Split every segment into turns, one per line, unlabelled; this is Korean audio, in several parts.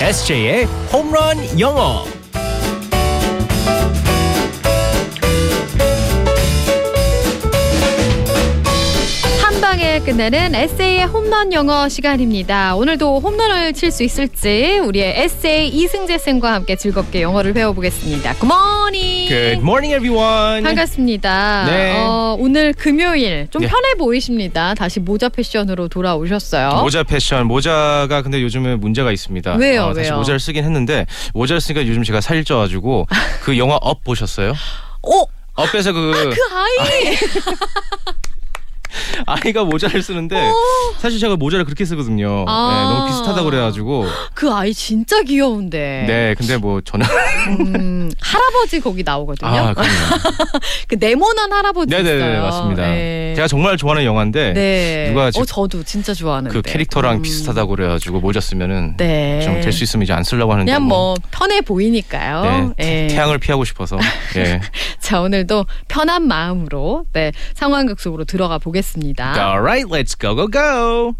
SJ의 홈런 영어.
한 방에 끝내는 에세이의 홈런 영어 시간입니다. 오늘도 홈런을 칠 수 있을지 우리의 에세이 이승재 쌤과 함께 즐겁게 영어를 배워보겠습니다. 굿모닝.
Good morning, everyone.
반갑습니다.
네.
어, 오늘 금요일 좀
네.
편해 보이십니다. 다시 모자 패션으로 돌아오셨어요.
모자 패션 모자가 근데 요즘에 문제가 있습니다.
왜요?
어, 다시
왜요?
모자를 쓰긴 했는데 모자를 쓰니까 요즘 제가 살이 쪄가지고 그 영화 업 보셨어요?
오,
업에서 그
그 아이. 그
아이가 모자를 쓰는데 사실 제가 모자를 그렇게 쓰거든요.
어. 아.
네, 너무 비슷하다고 그래가지고
그 아이 진짜 귀여운데.
네 근데 뭐 저는
음, 할아버지 거기 나오거든요.
아 그럼요.
그 네모난 할아버지
네네네
있어요.
맞습니다.
네.
제가 정말 좋아하는 영화인데
네.
누가 지금
어 저도 진짜 좋아하는데.
그 캐릭터랑
음.
비슷하다고 그래가지고 모자 쓰면은
네.
좀 될 수 있으면 이제 안 쓰려고 하는데
그냥
뭐.
뭐 편해 보이니까요.
네,
예.
태양을 피하고 싶어서 예.
자 오늘도 편한 마음으로 네 상황극 속으로 들어가 보겠습니다.
Alright, let's go go go.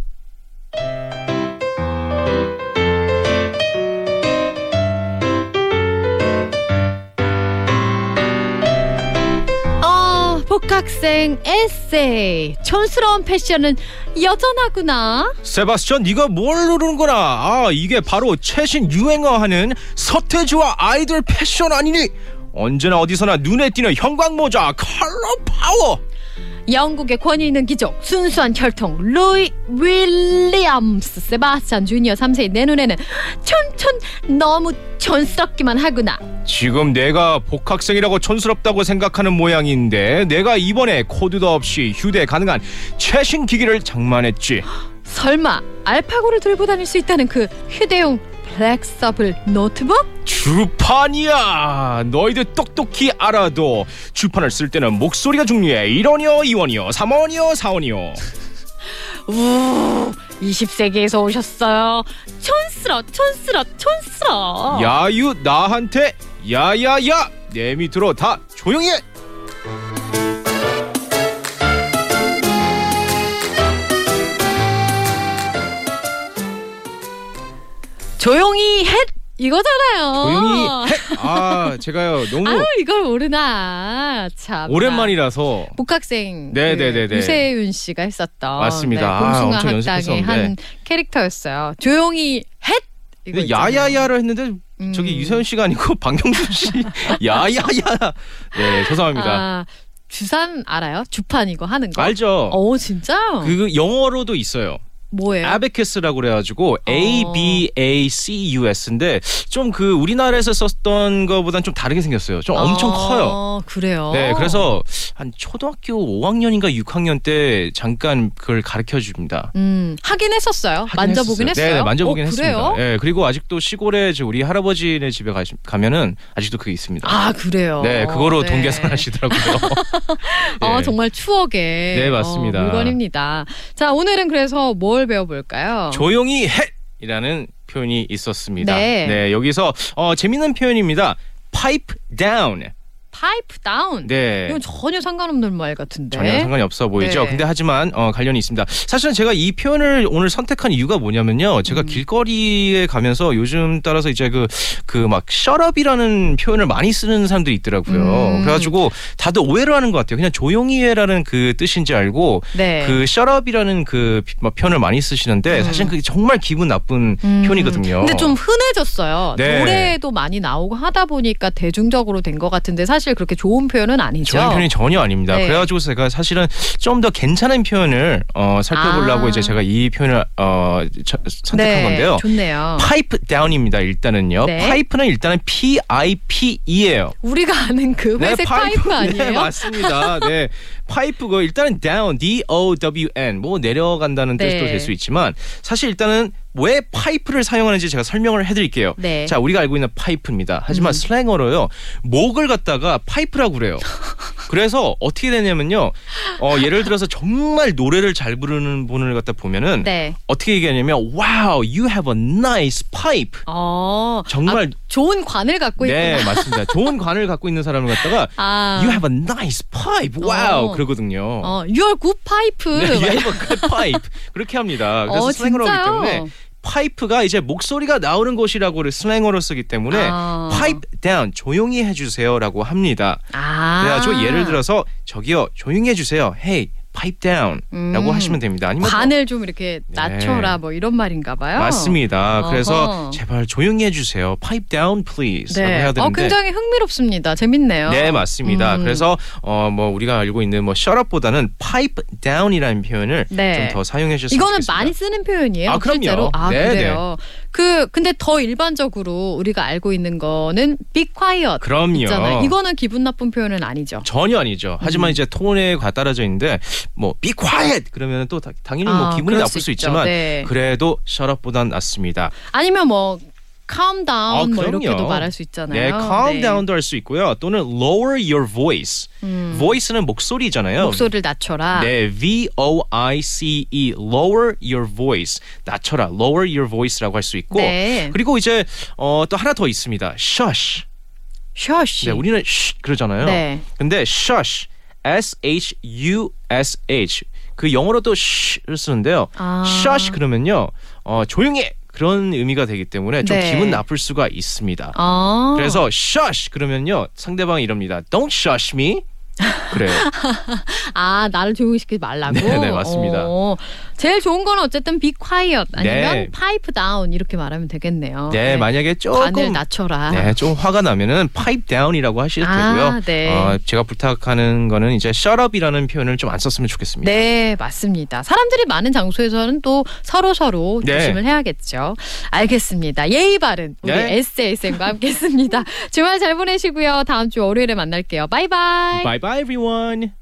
어 복학생 에세이 촌스러운 패션은 여전하구나.
세바스찬, 네가 뭘 누르는구나. 아, 이게 바로 최신 유행어하는 서태지와 아이돌 패션 아니니? 언제나 어디서나 눈에 띄는 형광모자 컬러 파워.
영국의 권위 있는 기적 순수한 혈통 루이 윌리엄스 세바스찬 주니어 3세의 내 눈에는 촌촌 너무 촌스럽기만 하구나.
지금 내가 복학생이라고 촌스럽다고 생각하는 모양인데 내가 이번에 코드도 없이 휴대 가능한 최신 기기를 장만했지.
설마 알파고를 들고 다닐 수 있다는 그 휴대용 플렉서블 노트북?
주판이야. 너희들 똑똑히 알아도 주판을 쓸 때는 목소리가 중요해. 1원이요, 2원이요, 3원이요, 4원이요.
우 20세기에서 오셨어요. 촌스러, 촌스러, 촌스러.
야유 나한테 야야야 내 밑으로 다 조용히 해.
조용히 해 이거잖아요.
조용히 해. 아 제가요 너무
어. 아유 이걸 모르나. 참.
오랜만이라서
복학생
네,
그
네, 네, 네.
유세윤 씨가 했었던
맞습니다.
네,
아,
봉숭아
엄청
학당의
연습했었는데.
한 캐릭터였어요. 조용히 해. 이거
근데
있잖아요.
야야야를 했는데
음.
저기 유세윤 씨가 아니고 박명수 씨 야야야. 네 죄송합니다.
아, 주산 알아요? 주판 이거 하는 거.
알죠.
어 진짜?
그 영어로도 있어요.
뭐예요?
아베큐스라고 그래가지고
어.
A B A C U S인데 좀 그 우리나라에서 썼던 거보단 좀 다르게 생겼어요. 좀 엄청
아,
커요.
그래요.
네, 그래서 한 초등학교 5학년인가 6학년 때 잠깐 그걸 가르쳐 줍니다.
음 하긴 했었어요. 만져보긴 했어요.
네, 네, 만져보긴
어,
했습니다.
그래요?
네, 그리고 아직도 시골에 저 우리 할아버지네 집에 가, 가면은 아직도 그게 있습니다.
아 그래요.
네, 그거로
네.
돈 계산하시더라고요.
어,
네.
정말 추억의
네, 맞습니다.
어, 물건입니다. 자 오늘은 그래서 뭘 배워볼까요?
조용히 해! 이라는 표현이 있었습니다.
네.
여기서 어, 재밌는 표현입니다. pipe down.
파이프 다운.
네.
이건 전혀 상관없는 말 같은데.
전혀 상관이 없어 보이죠.
네.
근데 하지만 어, 관련이 있습니다. 사실은 제가 이 표현을 오늘 선택한 이유가 뭐냐면요. 제가
음.
길거리에 가면서 요즘 따라서 이제 그 그 막 셔럽이라는 표현을 많이 쓰는 사람들이 있더라고요.
음.
그래가지고 다들 오해를 하는 것 같아요. 그냥 조용히 해라는 그 뜻인지 알고
네.
그 셔럽이라는 그 피- 막 표현을 많이 쓰시는데
음.
사실은 그게 정말 기분 나쁜
음.
표현이거든요.
근데 좀 흔해졌어요.
네.
노래도 많이 나오고 하다 보니까 대중적으로 된 것 같은데 사실 그렇게 좋은 표현은 아니죠.
좋은 표현이 전혀 아닙니다.
그렇죠. 네.
그래가지고 제가 사실은 좀 더 괜찮은 표현을 어, 살펴보려고
아.
이제 제가 이 표현을 어, 처- 선택한
네,
건데요.
좋네요.
파이프 다운입니다. 일단은요.
네.
파이프는 일단은 P I P E예요.
우리가 아는 그 회색 파이프, 아니에요?
네, 맞습니다. 네. 파이프고 일단은 down D O W N 뭐 내려간다는
네.
뜻도 될 수 있지만 사실 일단은 왜 파이프를 사용하는지 제가 설명을 해 드릴게요.
네. 음.
자, 우리가 알고 있는 파이프입니다. 하지만 슬랭어로요. 목을 갖다가 파이프라고 그래요. 그래서 어떻게 되냐면요. 어, 예를 들어서 정말 노래를 잘 부르는 분을 갖다 보면은
네.
어떻게 얘기하냐면 wow, you have a nice pipe.
어.
정말-
아, 좋은 관을 갖고
네,
있구나.
맞습니다. 좋은 관을 갖고 있는 사람을 갖다가
아.
You have a nice pipe. 와우
어.
그러거든요.
어, your good pipe.
네, you have a good pipe. 그렇게 합니다. 그래서
어,
슬랭어로 하기
진짜요?
때문에 파이프가 이제 목소리가 나오는 곳이라고를 슬랭어로 쓰기 때문에
아.
pipe down 조용히 해주세요라고 합니다.
아.
그래가지고 예를 들어서 저기요 조용히 해주세요. Hey, pipe down라고
음.
하시면 됩니다. 아니면 또-
관을 좀 이렇게 낮춰라 뭐 이런 말인가 봐요.
맞습니다.
어허.
그래서 제발 조용히 해주세요. Pipe down, please. 라고
네.
해야
어,
되는데.
굉장히 흥미롭습니다. 재밌네요.
네 맞습니다.
음.
그래서 어 뭐 우리가 알고 있는 뭐 shut up보다는 pipe down이라는 표현을
네.
좀 더 사용해 주셨으면
이거는
좋겠습니다.
많이 쓰는 표현이에요.
아, 그럼요.
실제로. 아,
네,
그래요. 그 근데 더 일반적으로 우리가 알고 있는 거는 be quiet
그럼요.
있잖아요. 이거는 음. 기분 나쁜 표현은 아니죠.
전혀 아니죠. 하지만 이제 톤에 가 따라져 있는데 뭐 be quiet 그러면 또 다- 당연히
아,
뭐 기분이
그럴
나쁠 수,
수 있죠.
있지만
네.
그래도 shut up보단 낫습니다.
아니면 뭐 calm down
아,
뭐
그럼요.
이렇게도 말할 수 있잖아요.
네, calm
네.
down도 할 수 있고요. 또는 lower your voice.
음.
voice는 목소리잖아요.
목소리를 낮춰라.
네, V O I C E, lower your voice. 낮춰라, lower your voice라고 할 수 있고.
네.
그리고 이제 어, 또 하나 더 있습니다. shush.
셔시.
네, 우리는 쉿 그러잖아요.
네.
근데 shush, S H U S H. 그 영어로 또 sh를 쓰는데요.
아.
shush 그러면요, 어, 조용히 해. 그런 의미가 되기 때문에 좀
네.
기분 나쁠 수가 있습니다.
아.
그래서 shush 그러면요 상대방이 이럽니다. Don't shush me. 그래요.
아 나를 조용히 시키지 말라고.
네, 네, 맞습니다.
어, 제일 좋은 건 어쨌든 be quiet 아니면
네.
pipe down 이렇게 말하면 어, 되겠네요.
네, 만약에
관을
조금
낮춰라.
네, 좀 화가 나면은 pipe down이라고 하셔도
아,
되고요.
네.
어, 제가 부탁하는 거는 이제 shut up이라는 표현을 좀 안 썼으면 좋겠습니다.
네, 맞습니다. 사람들이 많은 장소에서는 또 서로 서로
네.
조심을 해야겠죠. 알겠습니다. 예의 바른 우리
네.
SASM과 함께했습니다. 주말 잘 보내시고요. 다음 주 월요일에 만날게요. 바이바이.
Bye bye everyone.